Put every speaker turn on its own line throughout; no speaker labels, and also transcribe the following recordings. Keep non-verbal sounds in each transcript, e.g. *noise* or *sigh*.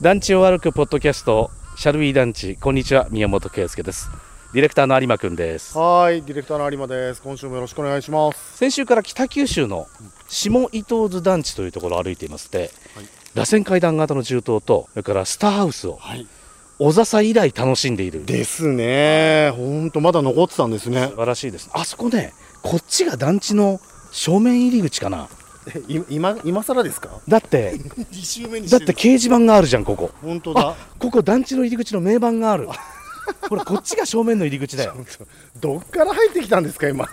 団地を歩くポッドキャストシャルウィー団地こんにちは宮本圭介ですディレクターの有馬くんです
はい、ディレクターの有馬です。今週もよろしくお願いします。
先週から北九州の下伊東津団地というところを歩いていまして、
はい
螺旋階段型の銃刀とそれからスターハウスを
はい。
小笹以来楽しんでいる
ですね。本当まだ残ってたんですね
素。晴らしいですあそこねこっちが団地の正面入り口かな
今今更ですか？
だって
*laughs* 二週目に
だって掲示板があるじゃんここ
本当だ。
ここ団地の入り口の名板があるほらこっちが正面の入り口だよ
どっから入ってきたんですか今？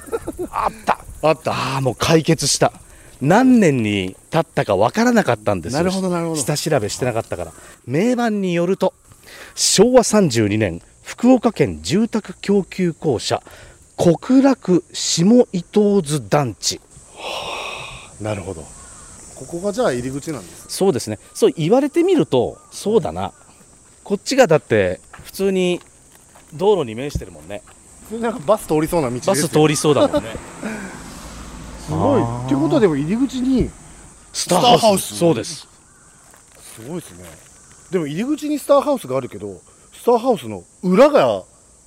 あった
あった。
ああもう解決した何年に経ったかわからなかったんですよ
なるほどなるほど
下調べしてなかったから名盤によると昭和32年福岡県住宅供給公社国楽下伊東津団地
*laughs* なるほど。ここがじゃあ入り口なんです。
そうですねそう言われてみるとそうだなこっちがだって普通に道路に面してるもんね
これなんかバス通りそうな道ですよ。
バス通りそうだもんね
すごい。
あー
ってことはでも入り口に
ス
ターハウス
そうです
すごいですね。でも入り口にスターハウスがあるけど、スターハウスの裏が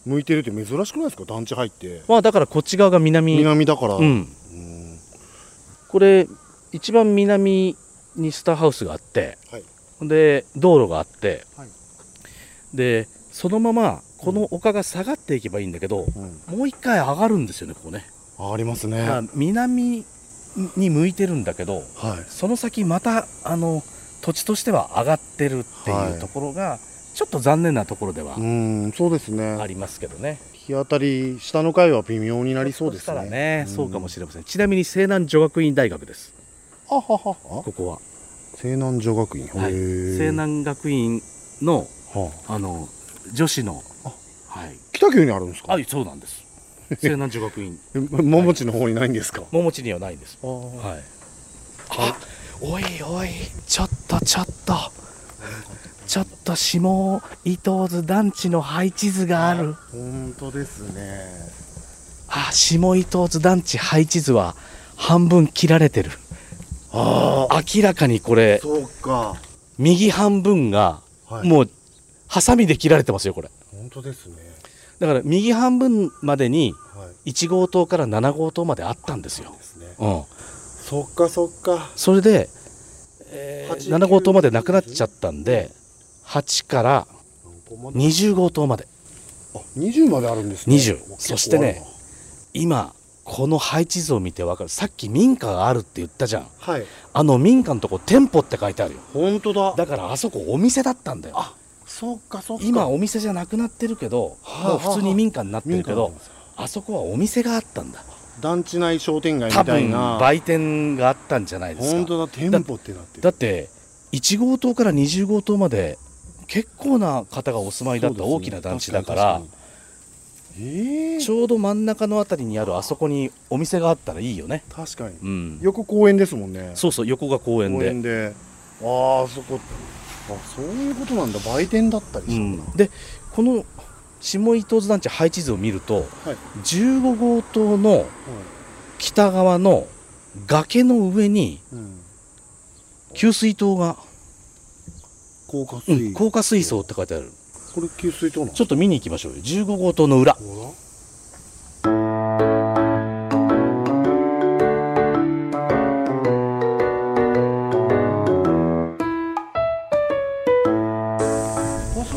向いてるって珍しくないですか？団地入って。
まあだからこっち側が南
南だから。
うん
うん
これ一番南にスターハウスがあって
はい。
で道路があって、
はい
でそのままこの丘が下がっていけばいいんだけど、
うん
もう一回上がるんですよねここね、
ありますね。
だから南に向いてるんだけど
はい。
その先またあの土地としては上がってるって
はいいう
ところが、ちょっと残念なところでは
うん、そうです
あ
ね。
りますけどね、
日当たり下の階は微妙になりそうで
し
す
たら
ね。
ね、
うん
そうかもしれませんちなみに西南女学院大学です
あははは。
ここは、
西南女学院。
はい、
へー
西。南学院の
はあ
あの女子の
あ
はい
北急にあるんですか。
あそうなんです西南女学院
えももちの方にないんですか。
*laughs* 桃地にはないんです
あー
はいあおいおいちょっとちょっとちょっと下伊東津団地の配置図がある
本当ですね。
あ下伊東津団地配置図は半分切られてる
あ
明らかにこれ
そうか。
右半分が
はい。
もうハサミで切られてますよこれ
本当ですね。
だから右半分までに
はい。
1号棟から7号棟まであったんですよ
で、すね。
うん、
そっかそっか。
それで、えー
89
7号棟までなくなっちゃったんで8から20号棟まで
あ、二十まであるんですね。
20
結構あるな
そしてね。今この配置図を見てわかるさっき民家があるって言ったじゃん
はい。
あの民家のとこ店舗って書いてあるよ
本当だ。
だからあそこお店だったんだよ
そっかそっか。
今お店じゃなくなってるけど、
はあ
もう普通に民家になってるけ
民家に
ど
なってます
あそこはお店があったんだ
団地内商店街
多
みたい
分
な。
売店があったんじゃないですか
本当だ店舗ってなって
だ
る
って1号棟から20号棟まで結構な方がお住まいだった大きな団地だから
ええ
ちょうど真ん中のあたりにあるあそこにお店があったらいいよね、
確かに
うん、
横公園ですもんね
そうそう横が公園
公
で
園でああそこあそういうことなんだ売店だったり
う
したんだ、
ん、でこの下伊東津団地配置図を見ると
はい、
15号棟の北側の崖の上に
うん、
給水塔が、
高架
う
水、
ん、高架水槽って書いてある
これ給水塔なの
ちょっと見に行きましょうよ15号棟の裏
ほら確か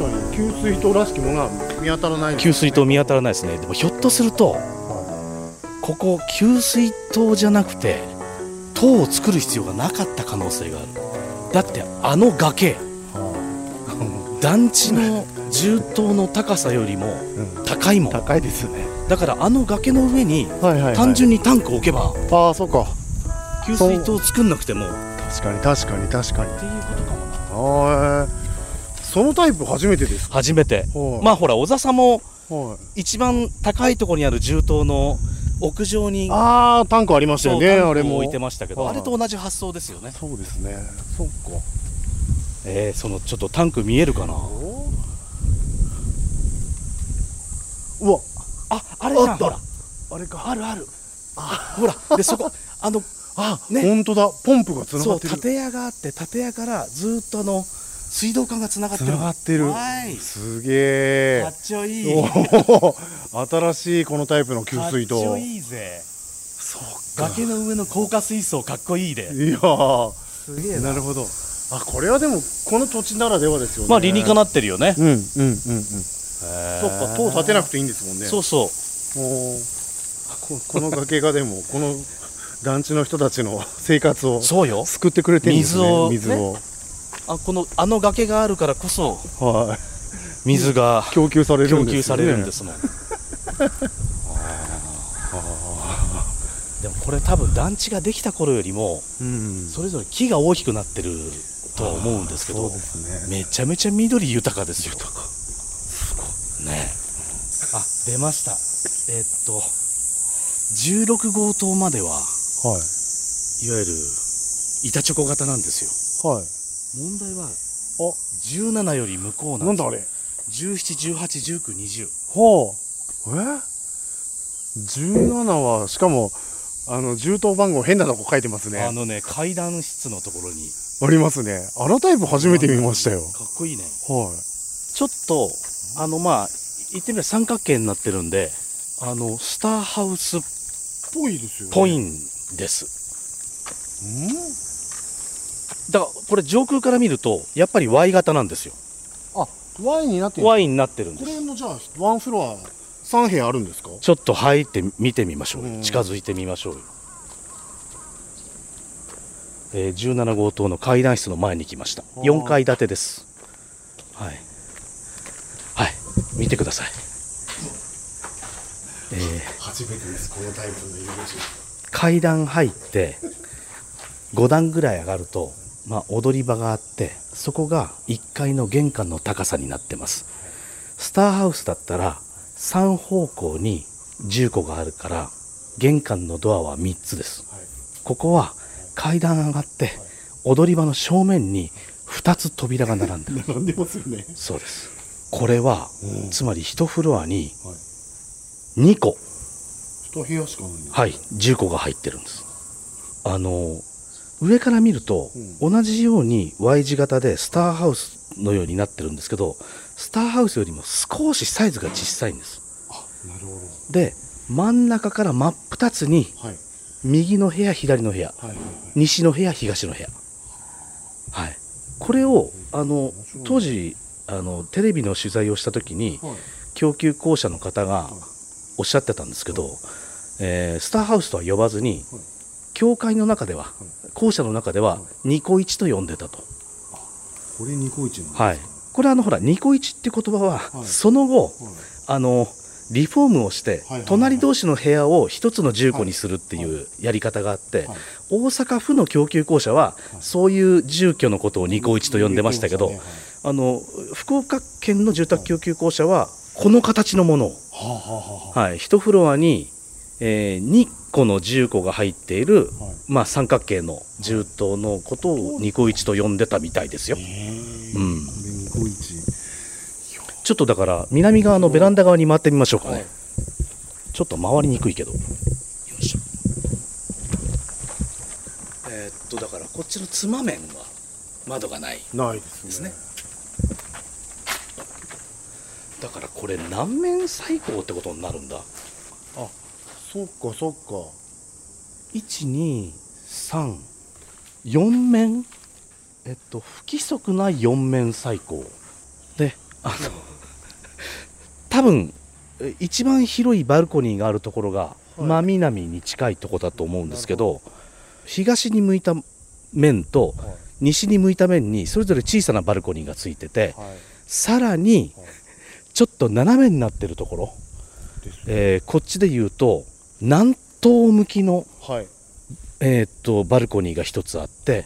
に給水塔らしきものは見当たらないですね
給水塔見当たらないですねでもひょっとするとここ給水塔じゃなくて塔を作る必要がなかった可能性があるだってあの崖団地の重塔の高さよりも
うん
高いもん
*laughs* 高いですね
だからあの崖の上に
はいはい、はい、
単純にタンクを置けば
ああそうか
給水塔を作んなくてもっ
確かに確かに確かに
ていうことかもな
ああそのタイプ初めてですか
初めて
はい
まあほら小笹も
はい
一番高いところにある重塔の屋上に
ああタンクありました
そ
よ
う
ね
タ
あ
ン
れ
クを
も
置いてましたけど
は
あ
い
れと同じ発想ですよね
そうですねそっか
えー、そのちょっとタンク見えるかな
うわ
ああれじゃ
あ
ん
った
ほら
あれか
あるあるほらでそこあの
あ、
ね
本当だポンプがつなが
そ
っ
う
てる
建屋があって建屋からずーっとあの水道管がつながって
つ
る
ながってる
はい
すげ
か
え
っちょいい
おお新しいこのタイプの給水
かっちょ
塔
いいぜ
そっか
崖の上の高架水槽かっこいいで
いやー
すげ
なるほどあこれはでもこの土地ならではですよね
まあ理にかなってるよね
うんうんうんうんそ
そ
っか塔立てなくていいんですもんね
そうそう
おーここの崖がでもこの団地の人たちの生活を
そうよ
救ってくれてるんですね
水を
水を
あこのあの崖があるからこそ
はい
水が
供給される
供
んです、
給
ね、
されるんですすもんあ *laughs* ーでもこれ多分団地ができた頃よりも
うん
それぞれ木が大きくなってるとは思うんですけ
そ
ど
うですね
めちゃめちゃ緑豊かですよ豊かすごいねあ出ましたえっと16号棟までは
はい
いわゆる板チョコ型なんですよ
はい
問題は
あ
17より向こうなんで
な
す
んだあれ
17181920
ほうえ17はしかもあの銃刀番号変なとこ書いてますね
あ
あ
のね階段室のところに
りますねあのタイプ初めて見ましたよ
かっこいいね
は
ちょっとあのまあ言ってみれば三角形になってるんであのスターハウスっ
いぽいですよ、ね、
ぽい
ん
んですだからこれ上空から見るとやっぱり Y 型なんですよ
あ Y になってる
Y になってるんで
こ
す
れのじゃあワンフロア3部屋あるんですか
ちょっと入って見てみましょうよ
うん
近づいてみましょうよえー17号棟の階段室の前に来ました
あー
4階建てですはいはい見てくださいえー
初めてですこのタイプの入り口
階段入って5段ぐらい上がると、まあ、踊り場があってそこが1階の玄関の高さになってますスターハウスだったら3方向に10個があるから玄関のドアは3つですここは階段上がって踊り場の正面に2つ扉が並ん
*laughs*
でる
並んでますよね
そうですこれは
うん
つまり1フロアに
はい
2個
2部屋しかないんだ
はい、10個が入ってるんです。あの上から見ると、
う
同じように Y 字型でスターハウスのようになってるんですけどスターハウスよりも少しサイズが小さいんです
あなるほ
で真ん中から真っ二つに
どはい
右の部屋左の部屋
はいはい
西の部屋東の部屋はいこれをあの
面白い
当時あのテレビの取材をした時に
はい
供給公社の方がおっしゃってたんですけど、えースターハウスとは呼ばずに、
はい
教会の中では、校舎の中では、ニコイチと呼んでたと、
これニコイチなんだ
はい、これあのほらニコイチって言葉は、
はい
その後
はい
あのリフォームをして、
はいはい
隣同士の部屋を一つの住戸にするっていうやり方があって、
はい
大阪府の供給公社は、そういう住居のことをニコイチと呼んでましたけど、
ニコイチね
あの福岡県の住宅供給公社はこの形のものを
はいはあはあはあは
はい、1フロアに、え2個の重個が入っている、
はい
まあ、三角形の銃刀のことをニコイチと呼んでたみたいですよ、
え
うん
これニコイチ
ちょっとだから南側のベランダ側に回ってみましょうかね、
はい
ちょっと回りにくいけどよいしょえーっとだからこっちのつま面は窓がない
ないですね
ですねだからこれ南面採光ってことになるんだ
あそっかそっか
1234面えっと不規則な4面最高であの多分え一番広いバルコニーがあるところが
はい
真南に近いとこだと思うんですけど,、東に向いた面と
はい
西に向いた面にそれぞれ小さなバルコニーがついてて
はい
さらに
はい
ちょっと斜めになってるところ、
ですね
えーこっちで言うと南東向きの
はい
えーっとバルコニーが一つあって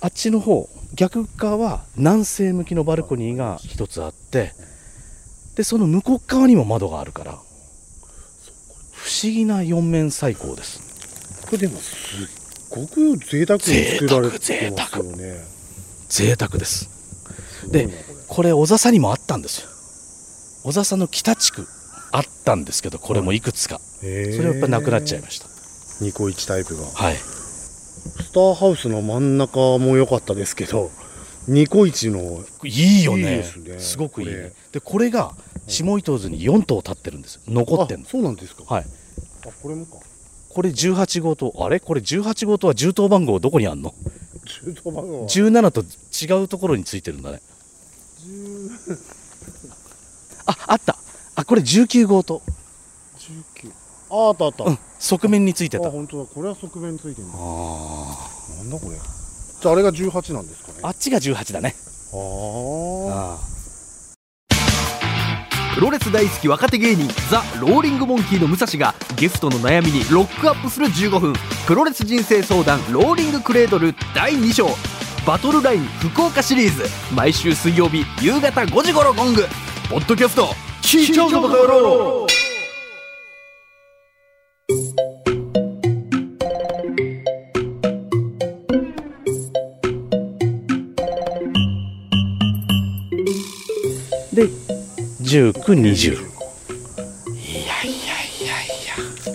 あっちの方逆側は南西向きのバルコニーが一つあってでその向こう側にも窓があるから不思議な四面採光です
これでもすっごく贅沢に作られてますよね
贅沢です
すごい
で
なこれ
これ小笹にもあったんですよ小笹の北地区あったんですけどこれもいくつか
へー
それはやっぱなくなっちゃいました
ニコイチタイプが
はい
スターハウスの真ん中も良かったですけどニコイチの
いいよね
いいですね
ごくいい
こ
ね
れ
でこれが下糸津に4頭立ってるんです残ってんの
あそうなんですかあ
はい
これもか
これ18号棟あれこれ18号棟は銃刀番号どこにあんの
中途番号は
17と違うところについてるんだねああったあこれ19号棟
19ああったあった、
うん
あ
側面についてたあ
本当だこれは側面ついてるんだ
あ
なんだこれじゃああれが18なんですかね
ーあっちが18だね
あー
あ
プロレス大好き若手芸人ザ・ローリングモンキーの武蔵がゲストの悩みにロックアップする15分プロレス人生相談ローリングクレードル第2章バトルライン福岡シリーズ毎週水曜日夕方5時頃ゴングポッドキャスト聞いちゃうぞバカ野郎
ーで1920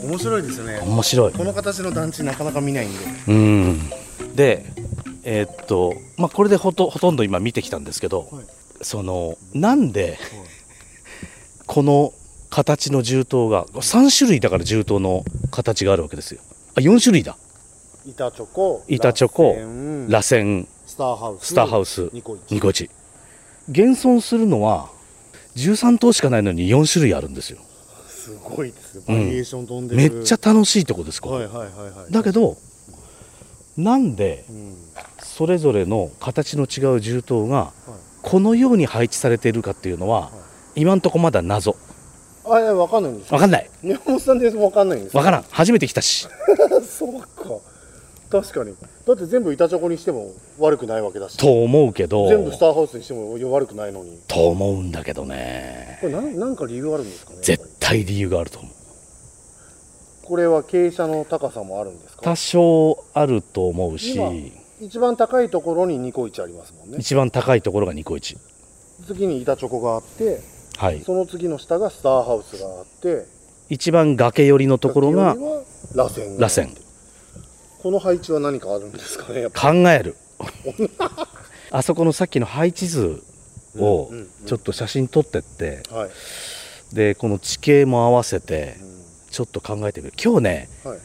面白いですよね
面白い
この形の団地なかなか見ないんで
うんでえーっとまあこれでほとほとんど今見てきたんですけど、
はい
そのなんで、この形の銃刀が3種類だから銃刀の形があるわけですよあ4種類だ
板チョコ
板チョコ
螺旋
螺旋
スターハウス
スターハウス
ニコイチ
ニコイチ現存するのは13頭しかないのに4種類あるんですよ
すごいですねバリエーション飛んで
め
る、
っちゃ楽しいとこですここ、
はいはいはいはい
だけどなんで
うん
それぞれの形の違う銃刀がこのように配置されているかっていうのは今んとこまだ謎
はい、あいやわかんないんです
わかんない
宮本さんでわかんないんです
わからん初めて来たし
ん *laughs* そうか確かにだって全部板チョコにしても悪くないわけだし
と思うけど
全部スターハウスにしても悪くないのに
と思うんだけどね
これ何何か理由あるんですかねやっ
絶
ぱり
対理由があると思う
これは傾斜の高さもあるんですか
多少あると思うし
今一番高いところにニコイチありますもんね
一番高いところがニコイチ
次に板チョコがあって
はい
その次の下がスターハウスがあって
一番崖寄りのところが
先よりは螺旋
螺旋
この配置は何かあるんですかねやっぱ
考え
*laughs*
るあそこのさっきの配置図を
うんうんうん
ちょっと写真撮ってって
はい、
でこの地形も合わせて
うん
ちょっと考えてみる今日ね
はい、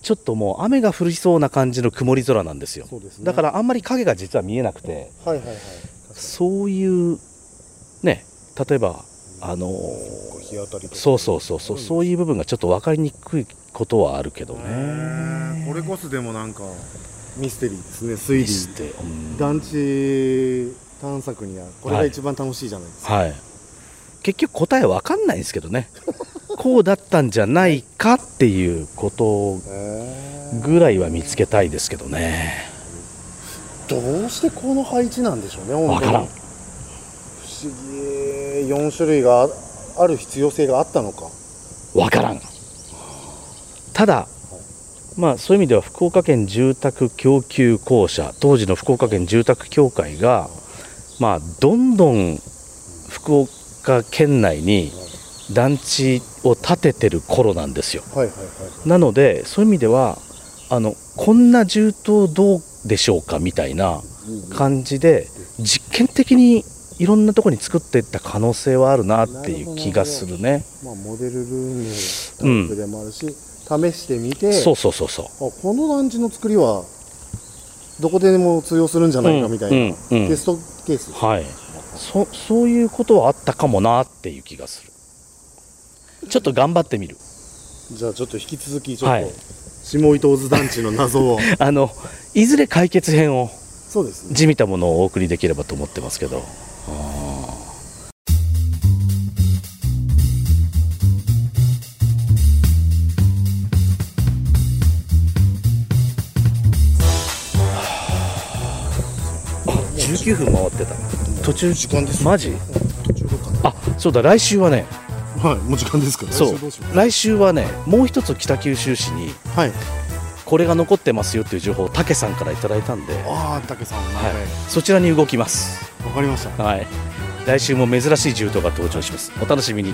ちょっともう雨が降りそうな感じの曇り空なんですよ
そうですね
だからあんまり影が実は見えなくて
はいはいはい
そういうね例えばあの
こう日当たりとか
そうそうそうそうそういう部分がちょっと分かりにくいことはあるけど
ね
ね
これこそでもなんかミステリーですね推
ミス
理
テうん
団地探索にはこれが一番楽しいじゃないですか、
はい結局答え分かんないんですけどねこうだったんじゃないかっていうこと
へ
ぐらいは見つけたいですけどね
ーどうしてこの配置なんでしょうね本
分
当
から
に
ん
不思議4種類があある必要性があったのか
分からんただまあそういう意味では福岡県住宅供給公社当時の福岡県住宅協会がまあどんどん福岡県内に団地を建ててる頃なんですよ
はいはいはい
なのでそういう意味ではあのこんな銃刀どうでしょうかみたいな感じで実験的にいろんなとこに作っていった可能性はあるなっていう気がするね
まあ、モデルルームのタイプでもあるし、試してみて
そうそうそうそう
あこの団地の作りはどこでも通用するんじゃないかみたいな、
うんうんうん
テストケース、
はいそそういうことはあったかもなっていう気がするちょっと頑張ってみる
じゃあちょっと引き続きちょっと、
はい
下伊東津団地の謎
*laughs*
を
あのいずれ解決編を
そうですね
地味たものをお送りできればと思ってますけど19分回ってた途中
時間です
マジ
途中どうか
あそうだ来週はね
なはいもう時間ですから
そう
来週どしよ
来週はねもう一つ北九州市に
うはい
これが残ってますよっていう情報を武さんからいただいたんで、は、
ああ武さんはい
そちらに動きます、
わかりました
はい、来週も珍しい銃刀が登場しますお楽しみに